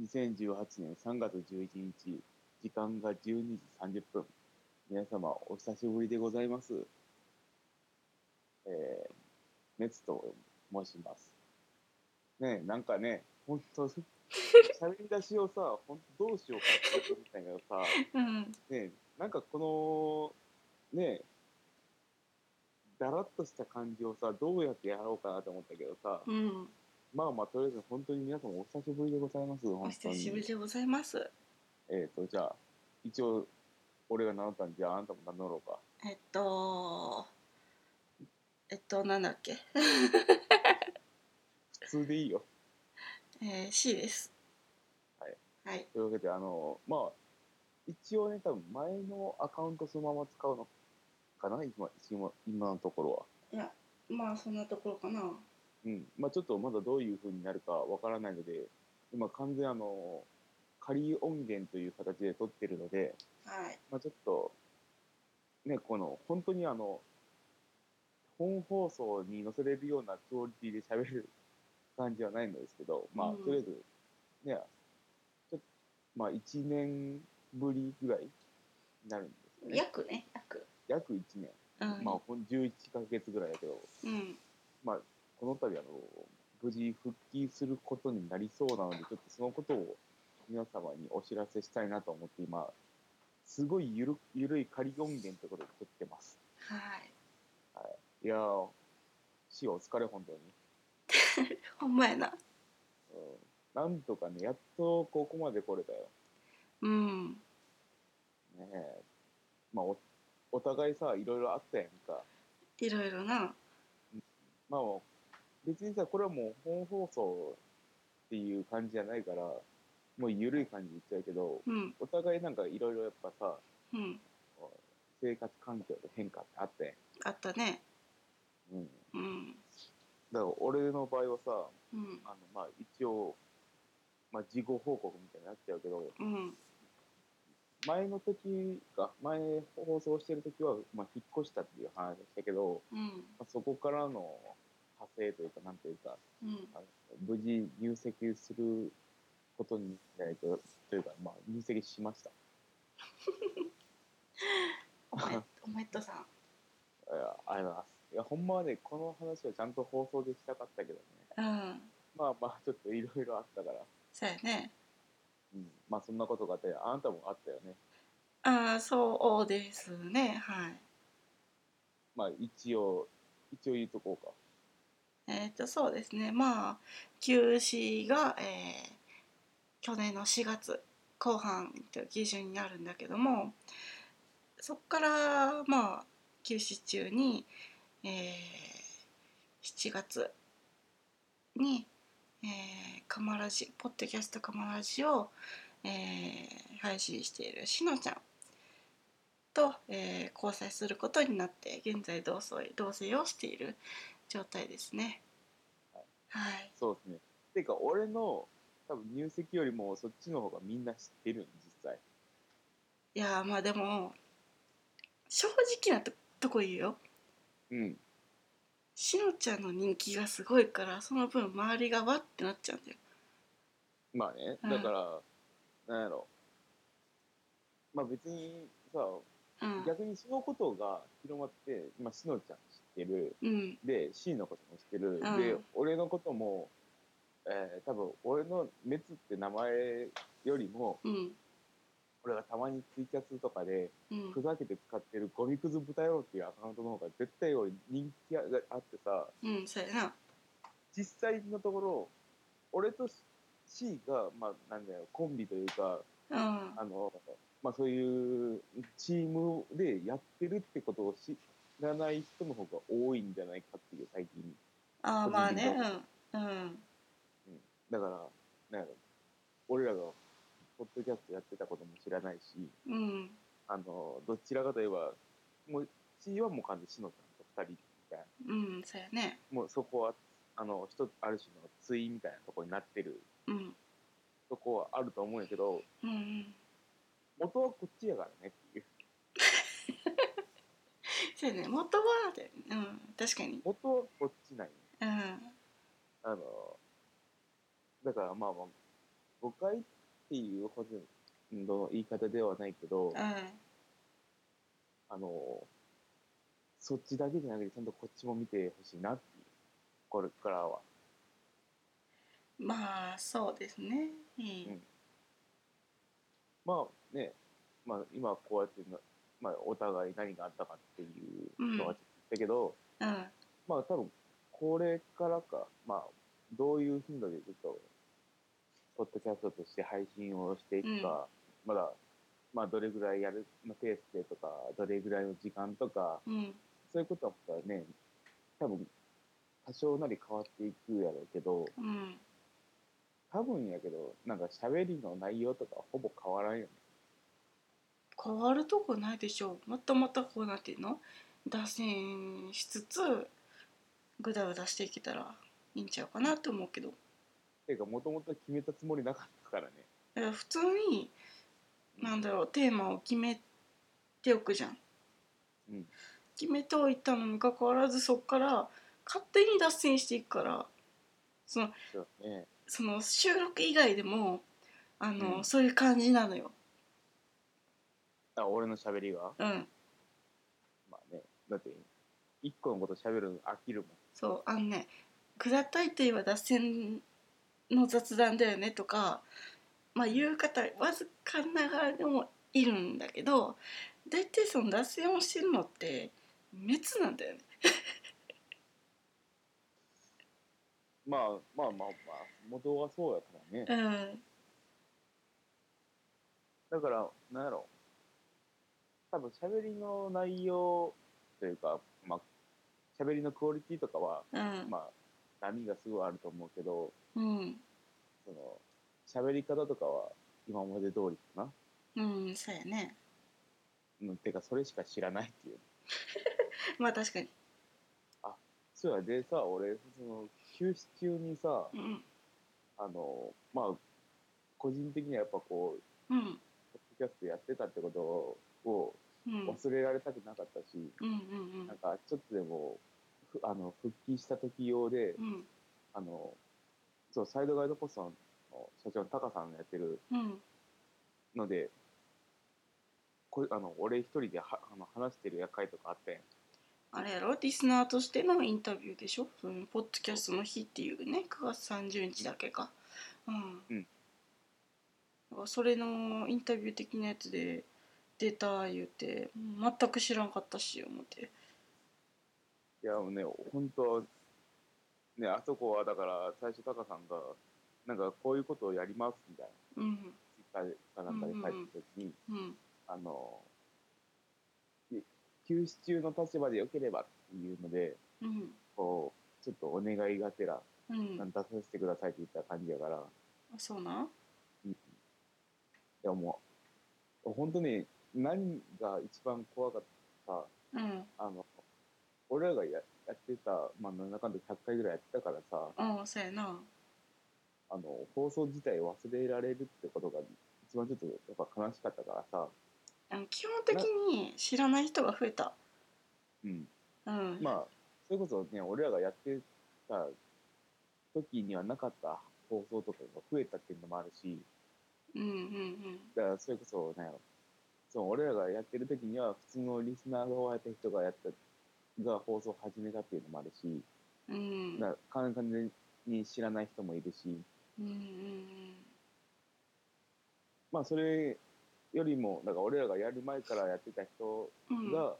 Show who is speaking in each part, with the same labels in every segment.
Speaker 1: 2018年3月11日、時間が12時30分。皆様、お久しぶりでございます。えー、熱と申します。ねえ、なんかね、ほんと、喋り出しをさ、ほんとどうしようかって思ったんやけどさ、
Speaker 2: うん
Speaker 1: ねえ、なんかこの、ねえ、だらっとした感じをさ、どうやってやろうかなと思ったけどさ、
Speaker 2: うん
Speaker 1: まあまあ、とりあえず本当に皆様お久しぶりでございます。
Speaker 2: お
Speaker 1: 本当
Speaker 2: 久しぶり
Speaker 1: に。
Speaker 2: でございます
Speaker 1: えっ、と、じゃあ、一応、俺が名乗ったんじゃあ、あんたも名乗ろうか。
Speaker 2: えっとえっとなんだっけ
Speaker 1: 普通でいいよ。
Speaker 2: えー、C です
Speaker 1: はい
Speaker 2: はい
Speaker 1: というわけで、あの、まあ、一応ね、多分前のアカウントそのまま使うのかな、今、今今のところは。
Speaker 2: いやまあそんなところかな
Speaker 1: うん。まあ、ちょっとまだどういう風になるかわからないので、今完全あの、仮音源という形で撮ってるので、
Speaker 2: はい
Speaker 1: まあ、ちょっと、ね、この、本当にあの、本放送に載せれるようなクオリティで喋る感じはないんですけど、まあ、
Speaker 2: うん
Speaker 1: とりあえず、ね、ちょっと、まあ、1年ぶりぐらいになるんですよね。
Speaker 2: 約ね約
Speaker 1: 約1年。
Speaker 2: うん、
Speaker 1: まあ、ほん11ヶ月ぐらいだけど、
Speaker 2: うん
Speaker 1: この度、あの、無事復帰することになりそうなので、ちょっとそのことを皆様にお知らせしたいなと思って、今、すごいゆるゆるい仮音源ということで撮ってます。
Speaker 2: はい
Speaker 1: いやー、死お疲れ、本当に。
Speaker 2: ほんまやな
Speaker 1: うん、なんとかね、やっとここまで来れたよ。
Speaker 2: うん
Speaker 1: ねえ。まあ、お、お互いさ、いろいろあったやんか。
Speaker 2: いろいろな
Speaker 1: まあ、別にさ、これはもう本放送っていう感じじゃないから、もう緩い感じで言っちゃうけど、
Speaker 2: うん
Speaker 1: お互いなんかいろいろやっぱさ、
Speaker 2: うん
Speaker 1: 生活環境で変化ってあって
Speaker 2: あったね
Speaker 1: ん。うん。だ
Speaker 2: うん
Speaker 1: から俺の場合はさ、
Speaker 2: うん
Speaker 1: あの、まあ一応、まあ事後報告みたいになっちゃうけど、
Speaker 2: うん
Speaker 1: 前の時が、前放送してる時は、まあ引っ越したっていう話でしたけど、
Speaker 2: うん
Speaker 1: まあ、そこからの派生というか、なんていうか、
Speaker 2: うん
Speaker 1: あの無事入籍することになりとというか、まあ入籍しました。
Speaker 2: おめおめっとさん
Speaker 1: いやありがとうございます。いや、ほんまはね、この話はちゃんと放送でしたかったけどね。
Speaker 2: うん
Speaker 1: まあまあ、ちょっといろいろあったから。
Speaker 2: そうやね
Speaker 1: うん、まあそんなことがあって、あなたもあったよね。
Speaker 2: ああそうですねはい
Speaker 1: まあ一応、一応言うとこうか。
Speaker 2: えっ、とそうですねまあ休止が、えー去年の4月後半という基準になるんだけどもそこからまあ休止中に、えー7月に、えーカマラジポッドキャストカマラジを、えー配信しているしのちゃんと、えー交際することになって現在同棲同棲をしている状態ですね。はい。
Speaker 1: そうですね。ていうか、俺の多分入籍よりもそっちの方がみんな知ってるん実際。
Speaker 2: いやーまあでも正直なととこ言うよ。
Speaker 1: うん。
Speaker 2: しのちゃんの人気がすごいからその分周りがわってなっちゃうんだよ。
Speaker 1: まあね、
Speaker 2: うん
Speaker 1: だから、なんやろ。まあ別にさ、
Speaker 2: うん。
Speaker 1: 逆にそのことが広まって、まあしのちゃん知ってる。
Speaker 2: うん。
Speaker 1: で、シーのことも知ってる。
Speaker 2: うん
Speaker 1: で、俺のことも、えー、多分俺のメツって名前よりも、
Speaker 2: うん。
Speaker 1: 俺がたまにツイキャスとかで
Speaker 2: うん。
Speaker 1: 砕けて使ってるゴミくず豚野郎っていうアカウントの方が絶対俺人気があってさ、
Speaker 2: うん。そうやな。
Speaker 1: 実際のところ、俺と C が、まあなんだよ、コンビというか、
Speaker 2: うん。
Speaker 1: あの、まあそういうチームでやってるってことを知らない人の方が多いんじゃないかっていう最近。
Speaker 2: ああまあね
Speaker 1: 個人。
Speaker 2: うん。うん。
Speaker 1: だから、なんやろ、俺らがポッドキャストやってたことも知らないし、
Speaker 2: うん。
Speaker 1: あの、どちらかといえば、もう、C はもう完全にしのさんと二人みたいな。
Speaker 2: うん。そうやね。
Speaker 1: もうそこは、あの、一つ、ある種の対みたいなとこになってる
Speaker 2: うん。
Speaker 1: とこはあると思うんやけど、
Speaker 2: うんうん。
Speaker 1: 元はこっちやからねっていう。
Speaker 2: そうやね。元はでうん。確かに。
Speaker 1: 元はこっちなんよ
Speaker 2: うん。
Speaker 1: あの、だからまあまあ、誤解っていうほどの言い方ではないけど、
Speaker 2: う
Speaker 1: あの、そっちだけじゃなくて、ちゃんとこっちも見てほしいなっていう、これからは。
Speaker 2: ん、まあそうですね、うん
Speaker 1: まあね、まあ今こうやってな、まあお互い何があったかっていうのはちょっと言ったけど、
Speaker 2: うん
Speaker 1: まあ多分これからか、まあどういう頻度でちょっと、ポッドキャストとして配信をしていくか、まだ、まあどれぐらいやるのペースでとか、どれぐらいの時間とか、
Speaker 2: うん
Speaker 1: そういうことはまたね、多分多少なり変わっていくやろうけど、
Speaker 2: うん
Speaker 1: 多分やけど、なんか喋りの内容とかほぼ変わらんよね。
Speaker 2: 変わるとこないでしょうまたまたこうなっていうの脱線しつつぐだぐだしていけたらいいんちゃうかなと思うけど
Speaker 1: ていうか、もともと決めたつもりなかったからね。
Speaker 2: だから普通になんだろうテーマを決めておくじゃん
Speaker 1: うん。
Speaker 2: 決めておいたのにかかわらずそっから勝手に脱線していくからその
Speaker 1: そうだね。
Speaker 2: その収録以外でもあの、
Speaker 1: うん
Speaker 2: そういう感じなのよ
Speaker 1: あ、俺の喋りが
Speaker 2: うん
Speaker 1: まあね。だって、一個のこと喋るの飽きるもん。
Speaker 2: そうあのね「くだたいといえば脱線の雑談だよね」とかまあ言う方わずかながらでもいるんだけど大体その脱線をしてるのって滅なんだよね
Speaker 1: まあまあまあまあ、元はそうやからね。
Speaker 2: うん
Speaker 1: だから、なんやろ。多分喋りの内容というか、まあ、喋りのクオリティとかは、
Speaker 2: うん、
Speaker 1: まあ、波がすごいあると思うけど、
Speaker 2: うん
Speaker 1: その、喋り方とかは今まで通りかな。
Speaker 2: うんそうやね
Speaker 1: うん、てか、それしか知らないっていう。
Speaker 2: まあ確かに
Speaker 1: そうや、でさ、俺、その、休止中にさ、
Speaker 2: うん
Speaker 1: あの、まあ、個人的にはやっぱこう、
Speaker 2: うん
Speaker 1: ポッドキャストやってたってことを
Speaker 2: うん
Speaker 1: 忘れられたくなかったし、
Speaker 2: うんうんうん
Speaker 1: なんかちょっとでも、ふあの、復帰した時用で、
Speaker 2: うん
Speaker 1: あの、そう、サイドガイドポストの社長のタカさんがやってる
Speaker 2: うん
Speaker 1: ので、これあの俺一人ではあの話してるや回とかあったやん。
Speaker 2: あれやろリスナーとしてのインタビューでしょそのポッドキャストの日っていうね9月30日だけかうん、
Speaker 1: うん
Speaker 2: だからそれのインタビュー的なやつで出た言うて全く知らんかったし思って
Speaker 1: いや、もうね、本当はね、あそこはだから、最初タカさんが、なんかこういうことをやりますみたいな、
Speaker 2: うん
Speaker 1: ツイッターかなんかで書いてた時に、
Speaker 2: うん
Speaker 1: あの、い休止中の立場でよければっていうので、
Speaker 2: うん
Speaker 1: こう、ちょっとお願いがてら、
Speaker 2: う
Speaker 1: なん
Speaker 2: ん
Speaker 1: 出させてくださいって言った感じやから、い
Speaker 2: あそうなん
Speaker 1: やもう、本当に何が一番怖かったか、
Speaker 2: うん
Speaker 1: あの、俺らがややってた、まあ、なんだかんだ100回ぐらいやってたからさ、
Speaker 2: ああそうやな
Speaker 1: あの、放送自体忘れられるってことが、一番ちょっとやっぱ悲しかったからさ、
Speaker 2: あの基本的に知らない人が増えた
Speaker 1: うん。
Speaker 2: うん、
Speaker 1: まあ、それこそね、俺らがやってた時にはなかった放送とかが増えたっていうのもあるし、
Speaker 2: うんうんうん
Speaker 1: だからそれこそ、ね、その俺らがやってる時には普通のリスナー側やった人がやった、が放送を始めたっていうのもあるし、
Speaker 2: うん
Speaker 1: だから完全に知らない人もいるし、
Speaker 2: うんうん
Speaker 1: まあそれよりも、だから俺らがやる前からやってた人
Speaker 2: うん
Speaker 1: が、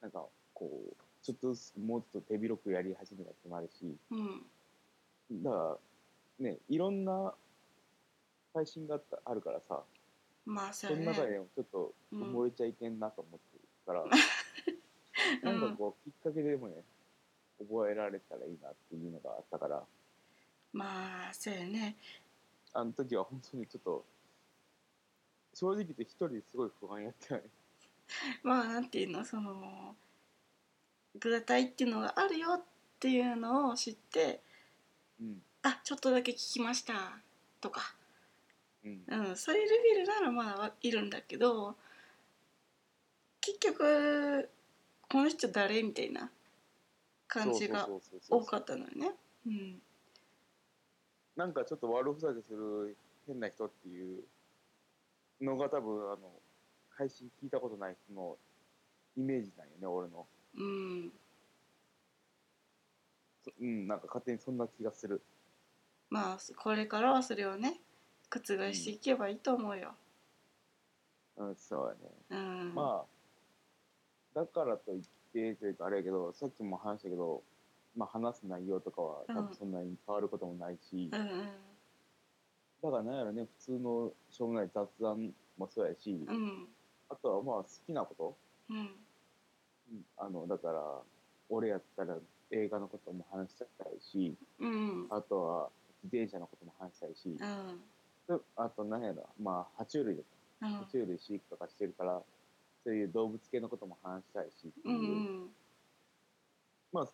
Speaker 1: なんかこう、ちょっとずつもうちょっと手広くやり始めたってのもあるし、
Speaker 2: うん
Speaker 1: だからね、いろんな配信があったあるからさ、
Speaker 2: まあそう
Speaker 1: そ
Speaker 2: や
Speaker 1: の
Speaker 2: ね
Speaker 1: 中でもちょっと埋もれちゃいけんなと思ってるから、 なんかこう、きっかけでもね、覚えられたらいいなっていうのがあったから、
Speaker 2: まあそうやね
Speaker 1: あの時は本当にちょっと、正直言って一人ですごい不安やったよね。
Speaker 2: まあなんていうのそのグラタイっていうのがあるよっていうのを知って
Speaker 1: うん。
Speaker 2: あちょっとだけ聞きましたとか、
Speaker 1: うん。
Speaker 2: うん、そういうレベルならまだいるんだけど結局この人誰みたいな感じが
Speaker 1: そうそうそうそう
Speaker 2: 多かったのよね。うん
Speaker 1: なんかちょっと悪ふざけする変な人っていうのが多分あの配信聞いたことない人のイメージなんよね俺の
Speaker 2: うん
Speaker 1: そうんなんか勝手にそんな気がする
Speaker 2: まあこれからはそれをね覆していけばいいと思うよ。
Speaker 1: うんそうやね
Speaker 2: うん、
Speaker 1: まあだからといってというかあれやけどさっきも話したけど、まあ、話す内容とかは
Speaker 2: うん
Speaker 1: 多分そんなに変わることもないし、
Speaker 2: うん
Speaker 1: だからなんやろね普通のしょうもない雑談もそうやし、
Speaker 2: うんうん
Speaker 1: あとはまあ好きなこと、
Speaker 2: うん
Speaker 1: うんあのだから俺やったら映画のことも話したいし
Speaker 2: うん
Speaker 1: あとは自転車のことも話したいし、
Speaker 2: うん
Speaker 1: であと何やろまあ爬虫類
Speaker 2: うん
Speaker 1: 爬虫類飼育とかしてるからそういう動物系のことも話したいしって
Speaker 2: う
Speaker 1: い
Speaker 2: ん
Speaker 1: う、
Speaker 2: うん
Speaker 1: まあ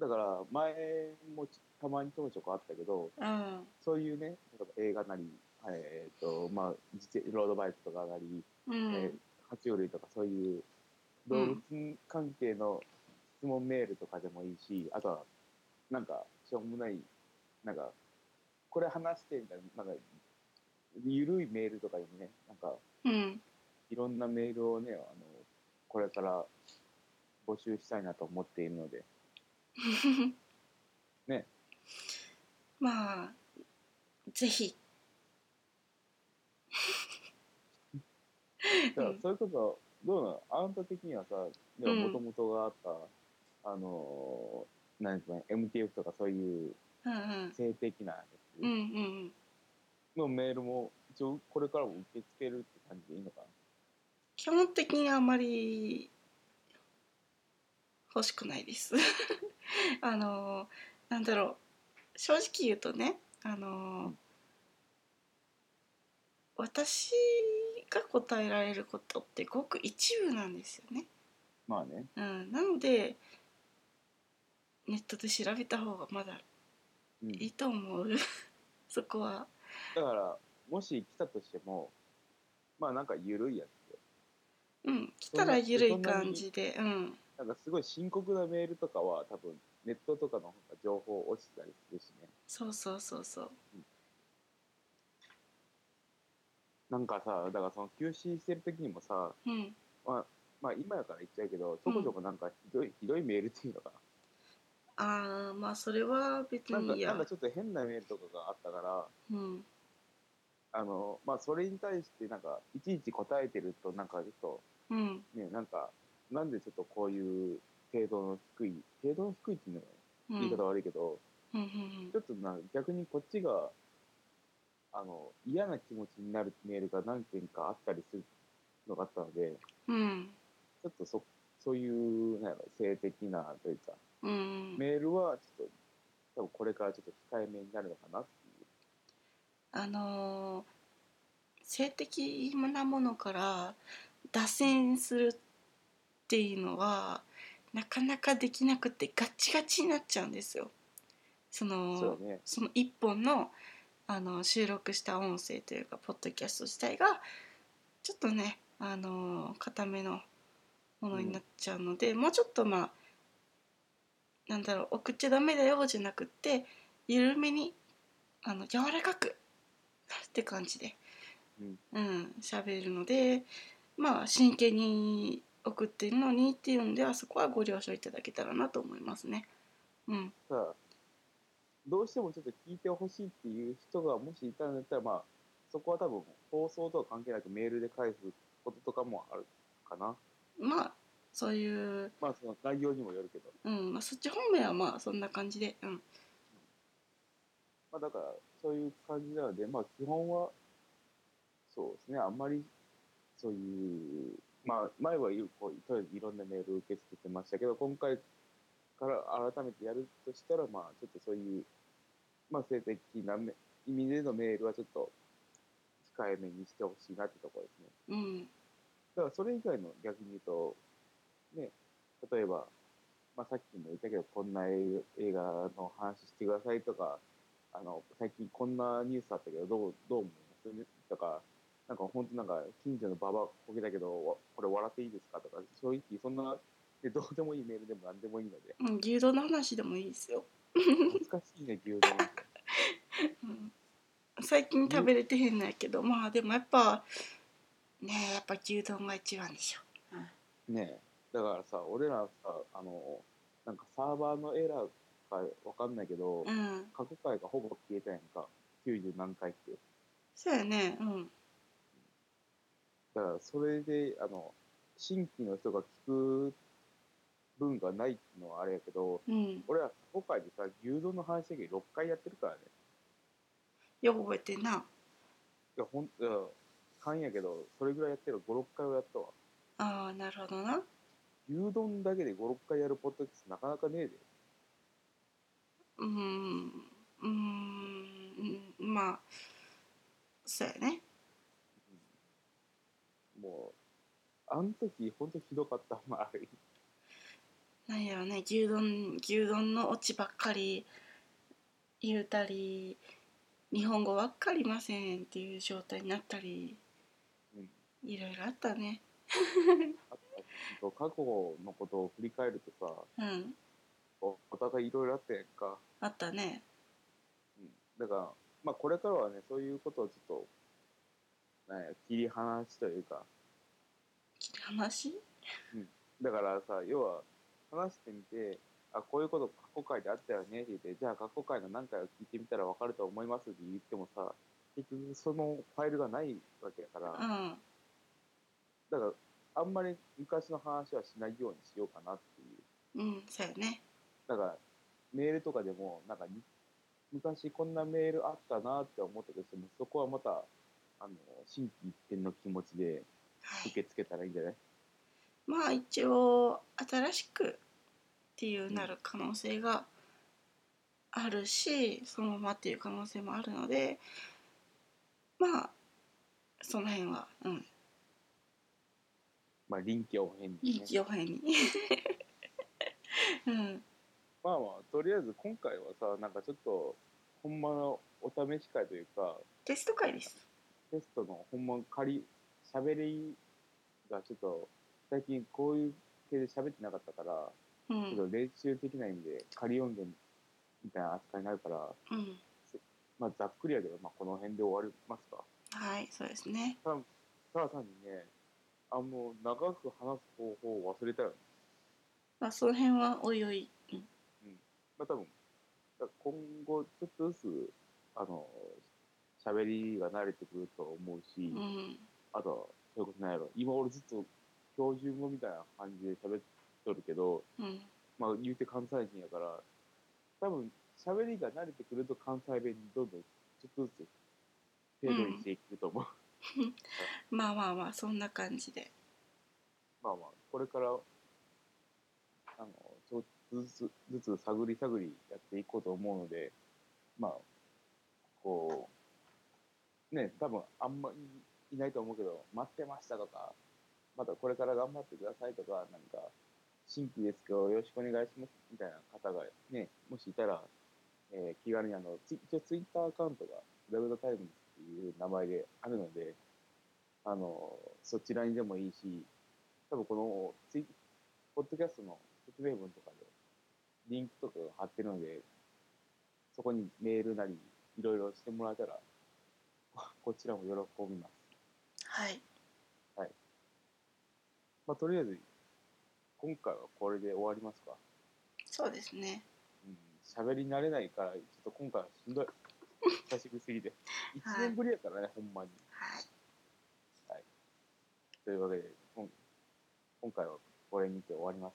Speaker 1: だから前もちたまにちょこちょこあったけど
Speaker 2: うん
Speaker 1: そういうね例えば映画なり、えーとまあ、自転ロードバイクとかなり、
Speaker 2: う
Speaker 1: えー
Speaker 2: ん
Speaker 1: 爬虫類とかそういう動物関係の質問メールとかでもいいし、あとはなんかしょうもないなんかこれ話してみたいななんかゆるいメールとかでもねなんか
Speaker 2: うん
Speaker 1: いろんなメールをねあのこれから募集したいなと思っているのでね
Speaker 2: まあぜひ
Speaker 1: だから
Speaker 2: うん
Speaker 1: それこそどうなのあんた的にはさでもともとがあった、あのなんですかね MTF とかそういう
Speaker 2: うんうん
Speaker 1: 性的なやつ、
Speaker 2: うんうん
Speaker 1: のメールも一応これからも受け付けるって感じでいいのか
Speaker 2: 基本的にあまり欲しくないですあのなんだろう正直言うとねあの私が答えられることってごく一部なんですよね、
Speaker 1: なまあね
Speaker 2: うん、なのでネットで調べた方がまだ
Speaker 1: うん
Speaker 2: いいと思う そこは
Speaker 1: だからもし来たとしてもまあなんか緩いやつで
Speaker 2: うん来たら緩い感じでうん
Speaker 1: なんかすごい深刻なメールとかは多分ネットとかの方が情報落ちてたりするしね
Speaker 2: そうそうそうそう
Speaker 1: なんかさだからその休止してる時にもさ
Speaker 2: うん
Speaker 1: まあ今やから言っちゃうけどちょこちょこなんかひどい、ひどいメールっていうのか
Speaker 2: ああまあそれは別
Speaker 1: ななんか
Speaker 2: にいいや
Speaker 1: なんかちょっと変なメールとかがあったから
Speaker 2: うん
Speaker 1: あのまあそれに対してなんかいちいち答えてるとなんかちょっと
Speaker 2: うん
Speaker 1: ね、なんか、なんでちょっとこういう程度の低い、程度の低いっていうのは
Speaker 2: うん
Speaker 1: 言い方悪いけど、
Speaker 2: うんうん
Speaker 1: ちょっとな逆にこっちが、あの、嫌な気持ちになるメールが何件かあったりするのがあったので、
Speaker 2: うん
Speaker 1: ちょっとそ、そういう、なんやろ、性的なというか、
Speaker 2: うん
Speaker 1: メールはちょっと、多分これからちょっと控えめになるのかなっていう。
Speaker 2: あのー性的なものから脱線するっていうのはなかなかできなくてガチガチになっちゃうんですよ。その
Speaker 1: そうだね。
Speaker 2: その一本のあの収録した音声というかポッドキャスト自体がちょっとねあの固めのものになっちゃうので、もうちょっとまあなんだろう送っちゃダメだよじゃなくって緩めにあの柔らかくって感じで
Speaker 1: うん
Speaker 2: うん喋、るのでまあ真剣に送ってるのにっていうんではそこはご了承いただけたらなと思いますね。うん、
Speaker 1: ただ、どうしてもちょっと聞いてほしいっていう人がもしいたんだったら、まあ、そこは多分放送とは関係なくメールで返すこととかもあるかな。
Speaker 2: まあそういう
Speaker 1: まあ、その内容にもよるけど。
Speaker 2: うんまあ、そっち方面はまあそんな感じで、うん、
Speaker 1: まあ、だから、そういう感じなので、まあ、基本は、そうですね、あんまり、そういう、まあ、前はこうとりあえずいろんなメールを受け付けてましたけど、今回から改めてやるとしたら、まあ、ちょっとそういう、まあ、性的なめ意味でのメールはちょっと、控えめにしてほしいなってところですね。
Speaker 2: うん、
Speaker 1: だからそれ以外の逆に言うと、ね、例えば、まあ、さっきも言ったけど、こんな映映画の話してくださいとか、あの、最近こんなニュースあったけど、どう、どう思いますとか、なんか本当なんか、近所のババアこけたけど、わこれ笑っていいですかとか、正直そんな、でどうでもいいメールでも何でもいいので、
Speaker 2: うん牛丼の話でもいいですよ、
Speaker 1: 難しいね、牛丼。
Speaker 2: うん、最近食べれてへんないけどまあでもやっぱねえやっぱ牛丼が一番でしょ
Speaker 1: ねえだからさ俺らさあのなんかサーバーのエラーかわかんないけど、
Speaker 2: うん
Speaker 1: 過去回がほぼ消えたやんか90何回って
Speaker 2: そうやねうん
Speaker 1: だからそれであの新規の人が聞く分がないっていうのはあれやけど
Speaker 2: うん
Speaker 1: 俺ら過去回でさ牛丼の話だけ6回やってるからね
Speaker 2: よく覚えてんない
Speaker 1: やほんいや勘やけどそれぐらいやってる56回はやったわ
Speaker 2: ああなるほどな
Speaker 1: 牛丼だけで56回やるポッドキャストなかなかねえで
Speaker 2: うーんうーんまあそうやね
Speaker 1: もうあの時ほんとひどかったまああれ
Speaker 2: なんやろね牛丼牛丼のオチばっかり言うたり日本語わかりませんっていう状態になったり、
Speaker 1: うん
Speaker 2: いろいろあったね
Speaker 1: あと過去のことを振り返るとさ
Speaker 2: うん
Speaker 1: おお互いいろいろあったやんか、
Speaker 2: あったね
Speaker 1: うん、だからまあこれからはねそういうことをちょっと、ね、切り離しというか
Speaker 2: 切り離し
Speaker 1: だからさ要は話してみてあこういうこと過去回であったよねって言ってじゃあ過去回の何回を聞いてみたら分かると思いますって言ってもさ結局そのファイルがないわけやから、
Speaker 2: うんあ
Speaker 1: だからあんまり昔の話はしないようにしようかなっていう
Speaker 2: うんそうやね
Speaker 1: だからメールとかでもなんかに昔こんなメールあったなって思ったとしてもそこはまたあの新規一点の気持ちで
Speaker 2: は
Speaker 1: 受け
Speaker 2: い
Speaker 1: 付けたらいいんじゃない
Speaker 2: まあ一応新しくっていうなる可能性があるしそのままっていう可能性もあるのでまあその辺はうん
Speaker 1: まあ臨機応変に、ね、
Speaker 2: 臨機応変に うん
Speaker 1: まあまあとりあえず今回はさなんかちょっとほんまのお試し会というか
Speaker 2: テスト会です
Speaker 1: テストのほんま仮喋りがちょっと最近こういう系で喋ってなかったから、
Speaker 2: う
Speaker 1: ちょ
Speaker 2: ん
Speaker 1: っと練習できないんで仮音源みたいな扱いになるから
Speaker 2: うん
Speaker 1: まあざっくりやけど、まあ、この辺で終わりますか
Speaker 2: はいそうですね
Speaker 1: ただ単にねあもう長く話す方法を忘れたよね、
Speaker 2: まあその辺はおいおい
Speaker 1: まあ、多分だ今後ちょっとずつあの喋りが慣れてくると思うし、
Speaker 2: うん
Speaker 1: あとはそういうことないやろ今俺ずっと標準語みたいな感じで喋っとるけど
Speaker 2: うん
Speaker 1: まあ言うて関西人やから多分喋りが慣れてくると関西弁にどんどんちょっとずつ程度にしていくと思う、
Speaker 2: まあまあまあそんな感じで
Speaker 1: まあまあ、これから、あの、ちょっとずつ、ずつ探り探りやっていこうと思うので、まあ、こう、ね、多分あんまりいないと思うけど、待ってましたとか、またこれから頑張ってくださいとか、なんか、新規ですけど、よろしくお願いしますみたいな方がね、もしいたら、えー気軽にあの、ツイ一応ツイッターアカウントが、ダブルタイムズっていう名前であるので、あの、そちらにでもいいし、多分このツイ、ポッドキャストの説明文とかで、リンクとかが貼ってるので、そこにメールなり、いろいろしてもらえた ら、ここちらも喜びます。
Speaker 2: はい
Speaker 1: まあ、とりあえず、今回はこれで終わりますか。
Speaker 2: そうですね
Speaker 1: うん、喋り慣れないから、ちょっと今回はしんどい。久しぶりすぎて。1年ぶりやからね、ほんまに。
Speaker 2: はい
Speaker 1: というわけで、今今回はこれにて終わります。